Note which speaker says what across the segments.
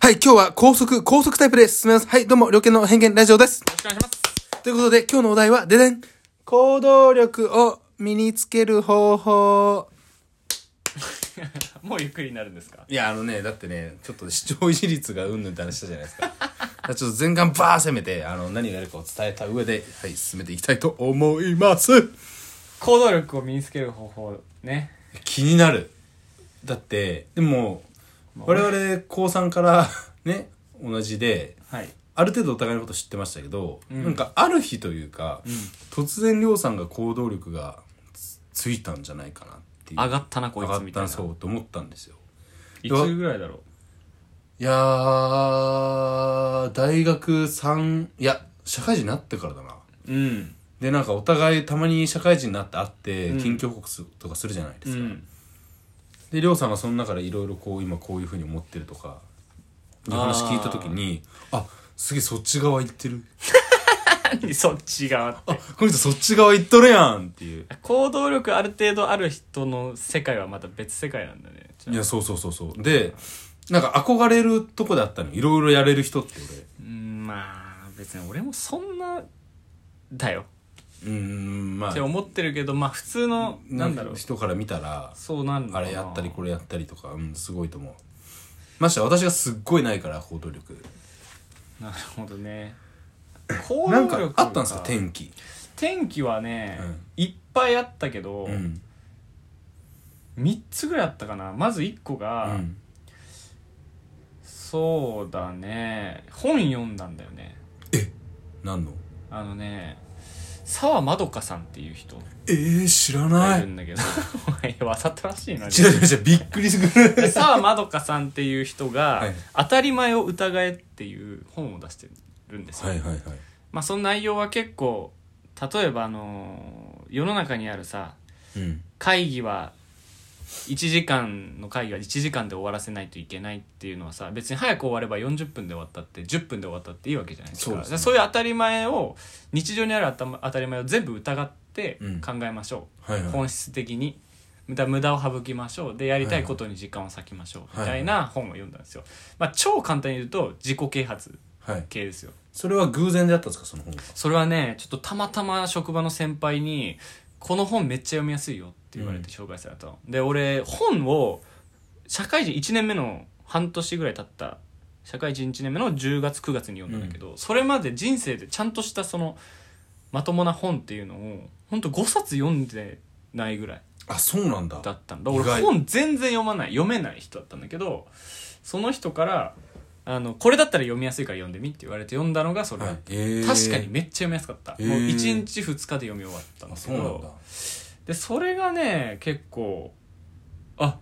Speaker 1: はい、今日は高速、高速タイプで進めます。はい、どうも、両犬の偏見ラジオです。
Speaker 2: ろしくお願いします。
Speaker 1: ということで、今日のお題は、ででん行動力を身につける方法。
Speaker 2: もうゆっくりになるんですか
Speaker 1: いや、あのね、だってね、ちょっと視聴維持率がうんぬんって話したじゃないですか。だ からちょっと前半バー攻めて、あの、何がやるかを伝えた上で、はい、進めていきたいと思います。
Speaker 2: 行動力を身につける方法ね。
Speaker 1: 気になるだってでも我々高3からね同じで
Speaker 2: はい。
Speaker 1: ある程度お互いのこと知ってましたけど、
Speaker 2: うん
Speaker 1: なんかある日というか、突然亮さんが行動力がつついたんじゃないかなっていう
Speaker 2: 上がったな、こい
Speaker 1: 上が
Speaker 2: つ
Speaker 1: っ
Speaker 2: みた
Speaker 1: た
Speaker 2: い
Speaker 1: な
Speaker 2: な。
Speaker 1: そうと思ったんですよ
Speaker 2: いつぐらいだろう
Speaker 1: いやー大学3いや社会人になってからだな
Speaker 2: うん。
Speaker 1: でなんかお互いたまに社会人になって会って
Speaker 2: うん
Speaker 1: 近況報告とかするじゃないで
Speaker 2: う
Speaker 1: すか、
Speaker 2: ん。
Speaker 1: で亮さんがその中でいろいろこう今こういうふうに思ってるとかいう話聞いた時にあすげえそっち側行ってる
Speaker 2: 何そっち側って
Speaker 1: あこの人そっち側行っとるやんっていう
Speaker 2: 行動力ある程度ある人の世界はまた別世界なんだね。
Speaker 1: いやそうそうそうそうでなんか憧れるとこだったのいろいろやれる人って
Speaker 2: うん、まあ、別に俺もそんな、だよ。
Speaker 1: 俺うーんま
Speaker 2: っ
Speaker 1: あ
Speaker 2: て思ってるけど、まあ普通の、なんだろう。
Speaker 1: 人から見たら
Speaker 2: そうなんだ
Speaker 1: あれやったりこれやったりとかうんすごいと思うましてや私がすっごいないから行動力
Speaker 2: れ。なるほどね。行
Speaker 1: なん
Speaker 2: 動
Speaker 1: か
Speaker 2: 力
Speaker 1: あったんですか天気
Speaker 2: 天気はね、
Speaker 1: うん
Speaker 2: いっぱいあったけど、
Speaker 1: うん
Speaker 2: 3つぐらいあったかなまず1個
Speaker 1: う
Speaker 2: が、
Speaker 1: ん
Speaker 2: そうだね本読んだんだよね
Speaker 1: 何の
Speaker 2: あのね沢まどかさんっていう人
Speaker 1: えー、知らな
Speaker 2: がい
Speaker 1: い
Speaker 2: るんだけど、 お前わざとらしいな
Speaker 1: 違う違う違うびっくりする
Speaker 2: で沢まどかさんっていう人が「
Speaker 1: はい
Speaker 2: 当たり前を疑え」っていう本を出してるんですよ、
Speaker 1: はいはいはい
Speaker 2: まあその内容は結構例えばあの世の中にあるさ
Speaker 1: うん
Speaker 2: 会議は1時間の会議は1時間で終わらせないといけないっていうのはさ別に早く終われば40分で終わったって10分で終わったっていいわけじゃないですか
Speaker 1: そうですね
Speaker 2: だからそういう当たり前を日常にある当た当たり前を全部疑って
Speaker 1: うん
Speaker 2: 考えましょ、
Speaker 1: はいうはい
Speaker 2: 本質的に無駄無駄を省きましょうでやりたいことに時間を割きましょうみたいな本を読んだんですよ、まあ、超簡単に言うと自己啓発
Speaker 1: はい
Speaker 2: 系ですよ
Speaker 1: それは偶然であったんですかその本が
Speaker 2: それはねちょっとたまたま職場の先輩に「この本めっちゃ読みやすいよ」って言われて紹介されたの、で俺本を社会人1年目の半年ぐらい経った社会人1年目の10月9月に読んだんだけど、それまで人生でちゃんとしたそのまともな本っていうのをほんと5冊読んでないぐらい
Speaker 1: あそうなんだ
Speaker 2: だったんだ俺
Speaker 1: 意外
Speaker 2: 本全然読まない読めない人だったんだけどその人からあの「これだったら読みやすいから読んでみ」って言われて読んだのがそれだった、
Speaker 1: はいえー
Speaker 2: 確かにめっちゃ読みやすかった、
Speaker 1: へー
Speaker 2: もう1日2日で読み終わったん
Speaker 1: あ
Speaker 2: です
Speaker 1: そ
Speaker 2: け
Speaker 1: う
Speaker 2: ど
Speaker 1: なんだ
Speaker 2: でそれがね結構あ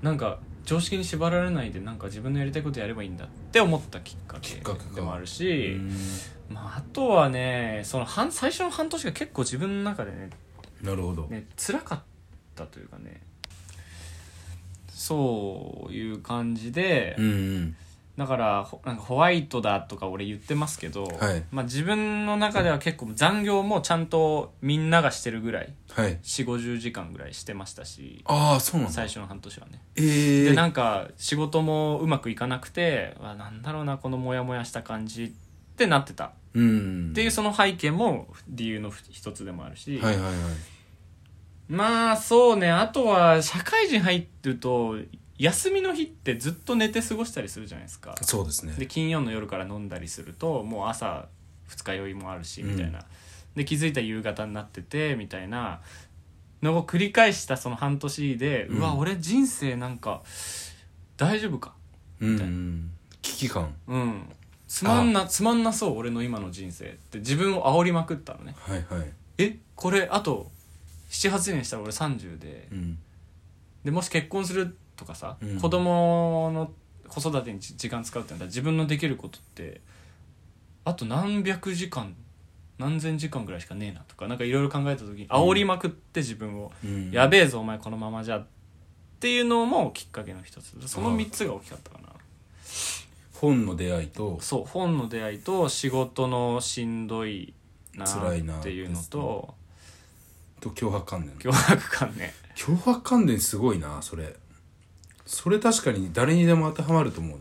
Speaker 2: なんか常識に縛られないでなんか自分のやりたいことやればいいんだって思ったきっか
Speaker 1: き
Speaker 2: け
Speaker 1: っかけか
Speaker 2: でもある
Speaker 1: う
Speaker 2: し、
Speaker 1: ん
Speaker 2: まあ、あとはねその半最初の半年が結構自分の中でね
Speaker 1: なるほど
Speaker 2: ね辛かったというかねそういう感じで、
Speaker 1: うんうん
Speaker 2: だからほなんかホワイトだとか俺言ってますけど、
Speaker 1: はい
Speaker 2: まあ、自分の中では結構残業もちゃんとみんながしてるぐらい
Speaker 1: はい
Speaker 2: 4 5 0時間ぐらいしてましたし
Speaker 1: ああそうなんだ
Speaker 2: 最初の半年はね、
Speaker 1: え
Speaker 2: で
Speaker 1: ー
Speaker 2: なんか仕事もうまくいかなくてあなんだろうなこのモヤモヤした感じってなってたっ
Speaker 1: うんって
Speaker 2: いうその背景も理由の一つでもあるし、
Speaker 1: はいはいはい
Speaker 2: まあそうねあとは社会人入ってると休みの日ってずっと寝て過ごしたりするじゃないですか
Speaker 1: そうですね
Speaker 2: で金曜の夜から飲んだりするともう朝二日酔いもあるし
Speaker 1: うん
Speaker 2: みたいな、で気づいたら夕方になっててみたいなのを繰り返したその半年で、う
Speaker 1: うん
Speaker 2: わ俺人生なんか大丈夫か
Speaker 1: うんうん危機感
Speaker 2: うんつまんなつまんなそう俺の今の人生って自分を煽りまくったのね
Speaker 1: はいはい
Speaker 2: えこれあと78年したら俺30で
Speaker 1: うん
Speaker 2: でもし結婚するとかさ、
Speaker 1: うん
Speaker 2: 子供の子育てにじ時間使うってなったら自分のできることってあと何百時間何千時間ぐらいしかねえなとかなんかいろいろ考えた時に煽りまくって自分を、
Speaker 1: うん
Speaker 2: やべえぞお前このままじゃっていうのもきっかけの一つその3つが大きかったかな、
Speaker 1: 本の出会いと
Speaker 2: そう本の出会いと仕事のしんどいな
Speaker 1: 辛いな
Speaker 2: っていうのと
Speaker 1: と脅迫観念
Speaker 2: 脅迫感ね
Speaker 1: 脅迫観念すごいなそれそれ確かに誰にでも当てはまると思う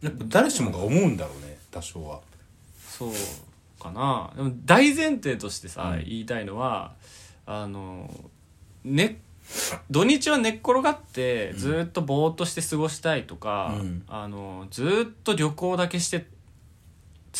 Speaker 1: なやっぱ誰しもが思うんだろうね多少は
Speaker 2: そうかなでも大前提としてさ、
Speaker 1: うん
Speaker 2: 言いたいのはあの、ね、土日は寝っ転がってずーっとぼーっとして過ごしたいとか、
Speaker 1: うん
Speaker 2: あのずーっと旅行だけして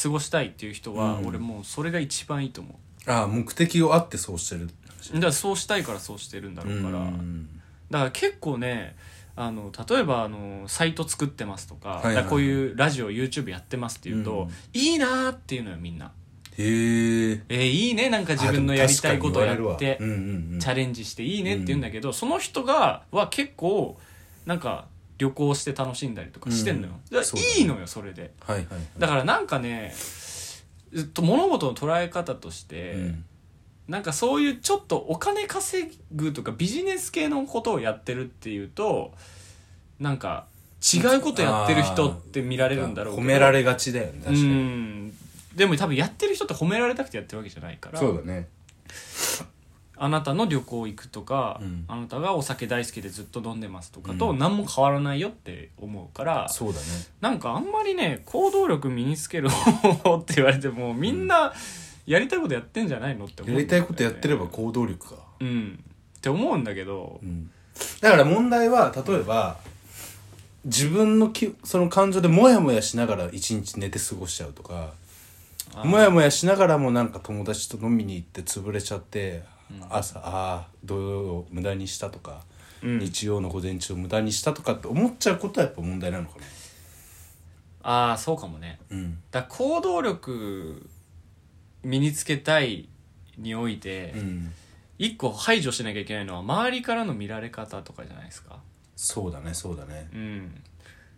Speaker 2: 過ごしたいっていう人は、
Speaker 1: うん
Speaker 2: 俺もうそれが一番いいと思
Speaker 1: ああ目的をあってそうしてるって話
Speaker 2: うだからそうしたいからそうしてるんだろうから、
Speaker 1: うん
Speaker 2: だから結構ねあの例えばあのサイト作ってますとか,、
Speaker 1: いはいはい
Speaker 2: こういうラジオ YouTube やってますっていうと、いいなーっていうのよみんな。
Speaker 1: へえ
Speaker 2: えーいいねなんか自分のやりたいことをやって、
Speaker 1: うんうんうん、
Speaker 2: チャレンジしていいねって言うんだけど、その人がは結構なんか旅行して楽しんだりとかしてんのよ、
Speaker 1: うん
Speaker 2: だからいいのよそれで
Speaker 1: はいはいはい
Speaker 2: だからなんかねずっと物事の捉え方として、
Speaker 1: うん
Speaker 2: なんかそういうちょっとお金稼ぐとかビジネス系のことをやってるっていうとなんか違うことやってる人って見られるんだろうけ
Speaker 1: 褒
Speaker 2: ど
Speaker 1: められがちだよね確か
Speaker 2: う
Speaker 1: に
Speaker 2: んでも多分やってる人って褒められたくてやってるわけじゃないから
Speaker 1: そうだね
Speaker 2: あなたの旅行行くとか、
Speaker 1: うん
Speaker 2: あなたがお酒大好きでずっと飲んでますとかと
Speaker 1: うん
Speaker 2: 何も変わらないよって思うから、
Speaker 1: そうだね
Speaker 2: なんかあんまりね行動力身につける方法って言われてもみんなやりたいことやってんじゃないのって思う
Speaker 1: や
Speaker 2: んだよ
Speaker 1: りたい
Speaker 2: ね、
Speaker 1: ことやってれば行動力か、
Speaker 2: うんって思うんだけど
Speaker 1: うん、だから問題は例えば自分のきその感情でモヤモヤしながら一日寝て過ごしちゃうとか
Speaker 2: あー
Speaker 1: モヤモヤしながらもなんか友達と飲みに行って潰れちゃって、朝ああ土曜を無駄にしたとか、
Speaker 2: うん
Speaker 1: 日曜の午前中を無駄にしたとかって思っちゃうことはやっぱ問題なのかな
Speaker 2: ああそうかもね
Speaker 1: うん
Speaker 2: だから行動力身につけたいにおいて、
Speaker 1: うん
Speaker 2: 一個排除しなきゃいけないのは周りからの見られ方とかじゃないですか
Speaker 1: そうだねそうだね
Speaker 2: うん、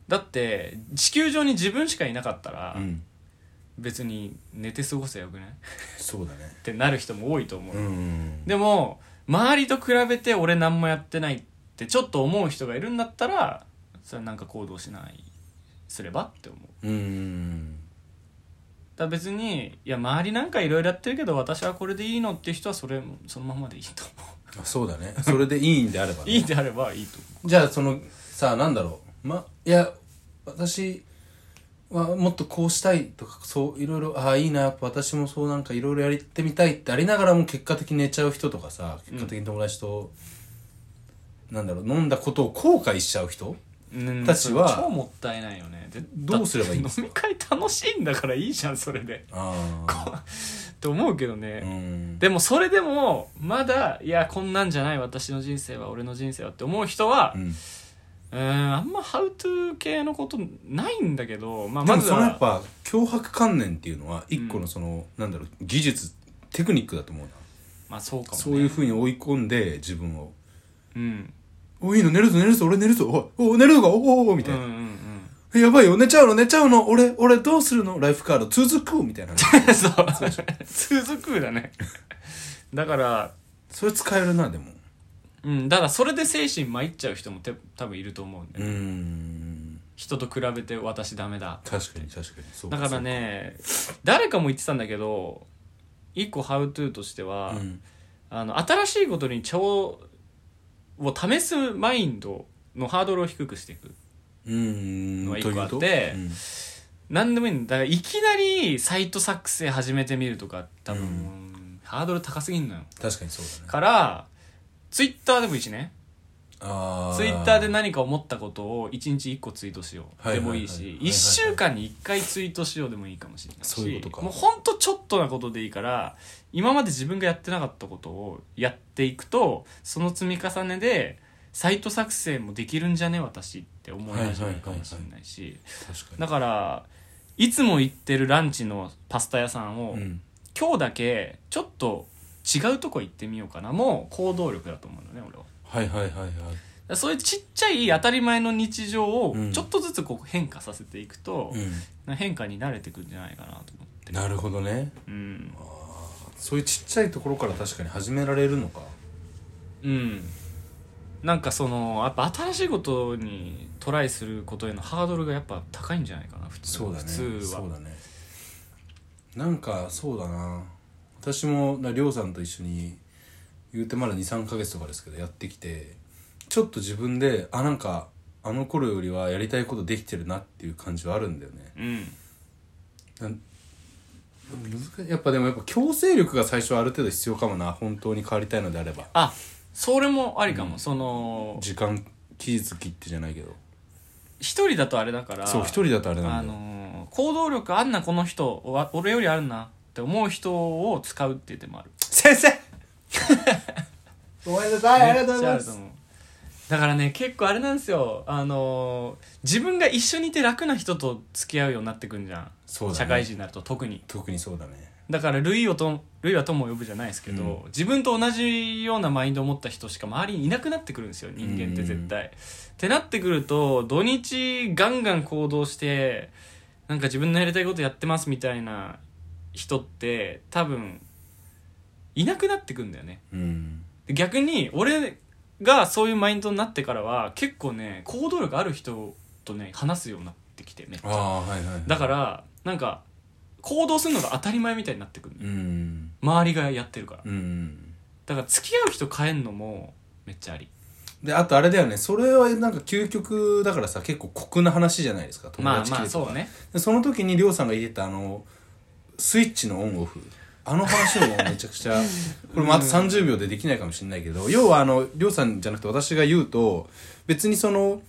Speaker 2: だって地球上に自分しかいなかったら、
Speaker 1: うん
Speaker 2: 別に寝て過ごせばよくないっ
Speaker 1: そうだね
Speaker 2: てなる人も多いと思う、
Speaker 1: うん
Speaker 2: でも周りと比べて俺何もやってないってちょっと思う人がいるんだったらそれはなんか行動しないすればって思
Speaker 1: う
Speaker 2: う
Speaker 1: ん
Speaker 2: だから別にいや周りなんかいろいろやってるけど私はこれでいいのっていう人はそれそのままでいいと思
Speaker 1: あそうだねそれでいいんであれば
Speaker 2: う
Speaker 1: ね
Speaker 2: いいであればいいと思
Speaker 1: じゃあそのさあなんだろうまいや私はもっとこうしたいとかそういろいろああいいなやっぱ私もそうなんかいろいろやってみたいってありながらも結果的に寝ちゃう人とかさ結果的に友達と、なんだろう飲んだことを後悔しちゃう人
Speaker 2: う、うん、
Speaker 1: たちは
Speaker 2: それ超もったいないよね絶対
Speaker 1: どうすればいいんですか
Speaker 2: 飲み会楽しいんだからいいじゃんそれで
Speaker 1: ああ
Speaker 2: って思うけどね、
Speaker 1: うん
Speaker 2: でもそれでもまだいやこんなんじゃない私の人生は俺の人生はって思う人は
Speaker 1: うん
Speaker 2: うんあんまハウトゥー系のことないんだけど、まあ、
Speaker 1: で
Speaker 2: ま
Speaker 1: も
Speaker 2: ず
Speaker 1: そのやっ
Speaker 2: は
Speaker 1: ぱ脅迫観念っていうのは一個のその、なんだろう技術テクニックだと思うな、
Speaker 2: まあそうかも、ね、
Speaker 1: そういうふうに追い込んで自分を
Speaker 2: うん
Speaker 1: 「おいいの寝るぞ寝るぞ俺寝るぞおいお寝るのかおおお」み
Speaker 2: う
Speaker 1: たい
Speaker 2: んう
Speaker 1: な、
Speaker 2: ん
Speaker 1: えやばいよ、寝ちゃうの、寝ちゃうの、俺、俺どうするのライフカード続くみたいな。
Speaker 2: うん そう続くだねだから
Speaker 1: それ使えるな、でも。
Speaker 2: うんだからそれで精神参っちゃう人もて多分いると思うんで、
Speaker 1: うーん。
Speaker 2: 人と比べて私ダメだ
Speaker 1: 確かに、確かに。そう
Speaker 2: だから。ね誰かも言ってたんだけど一個ハウトゥーとして
Speaker 1: そ
Speaker 2: は、
Speaker 1: ううん。
Speaker 2: あの新しいことに調を試すマインドのハードルを低くしていく
Speaker 1: うーん。
Speaker 2: のが一
Speaker 1: という
Speaker 2: 個あっ
Speaker 1: と
Speaker 2: て
Speaker 1: うん
Speaker 2: 何でもいいんだだからいきなりサイト作成始めてみるとか多分、
Speaker 1: うん
Speaker 2: ハードル高すぎんのよ
Speaker 1: 確かにそうだね。
Speaker 2: からツイッターでもいいしね
Speaker 1: あ
Speaker 2: ツイッターで何か思ったことを1日1個ツイートしよう
Speaker 1: はい
Speaker 2: で
Speaker 1: はい
Speaker 2: も
Speaker 1: はい
Speaker 2: いし
Speaker 1: はい
Speaker 2: 1週間に1回ツイートしようでもいいかもしれないし
Speaker 1: そういうことか
Speaker 2: もうほんとちょっとなことでいいから今まで自分がやってなかったことをやっていくとその積み重ねでサイト作成もできるんじゃね私って思い始めるかもしれないし
Speaker 1: 確か
Speaker 2: だからいつも行ってるランチのパスタ屋さんを、
Speaker 1: に。うん。
Speaker 2: 今日だけちょっと違うとこ行ってみようかなもう行動力だと思うんだよね俺は。
Speaker 1: はいはいはいはい。
Speaker 2: だからそういうちっちゃい当たり前の日常を
Speaker 1: うん
Speaker 2: ちょっとずつこう変化させていくと、
Speaker 1: う
Speaker 2: 変化に慣れてくんじゃないかなと思って
Speaker 1: ん。なるほどね。
Speaker 2: うん、
Speaker 1: そういうちっちゃいところから確かに始められるのか。
Speaker 2: うん、なんかそのやっぱ新しいことにトライすることへのハードルがやっぱ高いんじゃないかな普通
Speaker 1: そうだね。
Speaker 2: 普通は
Speaker 1: そうだね。なんか、そうだな。私も、なりょうさんと一緒に、言うてまだ23ヶ月とかですけどやってきてちょっと自分であなんかあの頃よりはやりたいことできてるなっていう感じはあるんだよね
Speaker 2: うん
Speaker 1: なん難しいやっぱでもやっぱ強制力が最初はある程度必要かもな本当に変わりたいのであれば
Speaker 2: あそれもありかも、その
Speaker 1: 時間期日切ってじゃないけど
Speaker 2: 一人だとあれだから
Speaker 1: そう一人だとあれな
Speaker 2: あ
Speaker 1: んだよ
Speaker 2: の行動力あんなこの人わ俺よりあるなって思う人を使うっていう手もある
Speaker 1: 先 生ごめんなさいありがとうございま
Speaker 2: めっちゃある
Speaker 1: す
Speaker 2: と思うだからね結構あれなんですよあの自分が一緒にいて楽な人と付き合うようになってくんじゃん
Speaker 1: そうだね
Speaker 2: 社会人になると特に
Speaker 1: 特にそうだね
Speaker 2: だから類をと類は友を呼ぶじゃないですけど、
Speaker 1: う
Speaker 2: 自分と同じようなマインドを持った人しか周りにいなくなってくるんですよ人間って絶対。ってなってくると土日ガンガン行動してなんか自分のやりたいことやってますみたいな人って多分いなくなってくんだよね。
Speaker 1: うん
Speaker 2: で逆に俺がそういうマインドになってからは結構ね行動力ある人とね話すようになってきてめっち
Speaker 1: あ
Speaker 2: ゃ。
Speaker 1: あはいはい
Speaker 2: だからなんか行動するのが当たり前みたいになってくる
Speaker 1: うん
Speaker 2: 周りがやってるから
Speaker 1: うん
Speaker 2: だから付き合う人変えんのもめっちゃあり
Speaker 1: であとあれだよねそれはなんか究極だからさ結構酷な話じゃないですか友
Speaker 2: まあ
Speaker 1: 達切
Speaker 2: まあ
Speaker 1: れとか
Speaker 2: そうね
Speaker 1: でその時にりょうさんが言ってたあのスイッチのオンオフあの話もめちゃく ちゃこれもあと30秒でできないかもしれないけど、要はあのりょうさんじゃなくて私が言うと別にその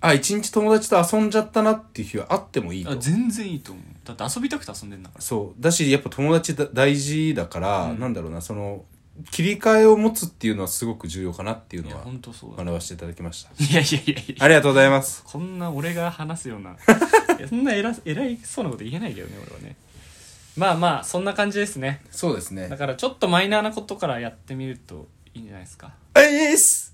Speaker 1: あ一日友達と遊んじゃったなっていう日はあってもいいと
Speaker 2: あ全然いいと思うだって遊びたくて遊んでんだか
Speaker 1: そうだしやっぱ友達だ大事だから、
Speaker 2: うん
Speaker 1: なんだろうなその切り替えを持つっていうのはすごく重要かなっていう
Speaker 2: らい
Speaker 1: の
Speaker 2: や
Speaker 1: は
Speaker 2: 本当そうだ
Speaker 1: 学ばせていただきました
Speaker 2: いやいやいやいや
Speaker 1: ありがとうございます
Speaker 2: こんな俺が話すよ うないやそんな偉偉いそうなこと言えないけどね俺はねまあまあそんな感じですね
Speaker 1: そうですね
Speaker 2: だからちょっとマイナーなことからやってみるといいんじゃないですか
Speaker 1: はいです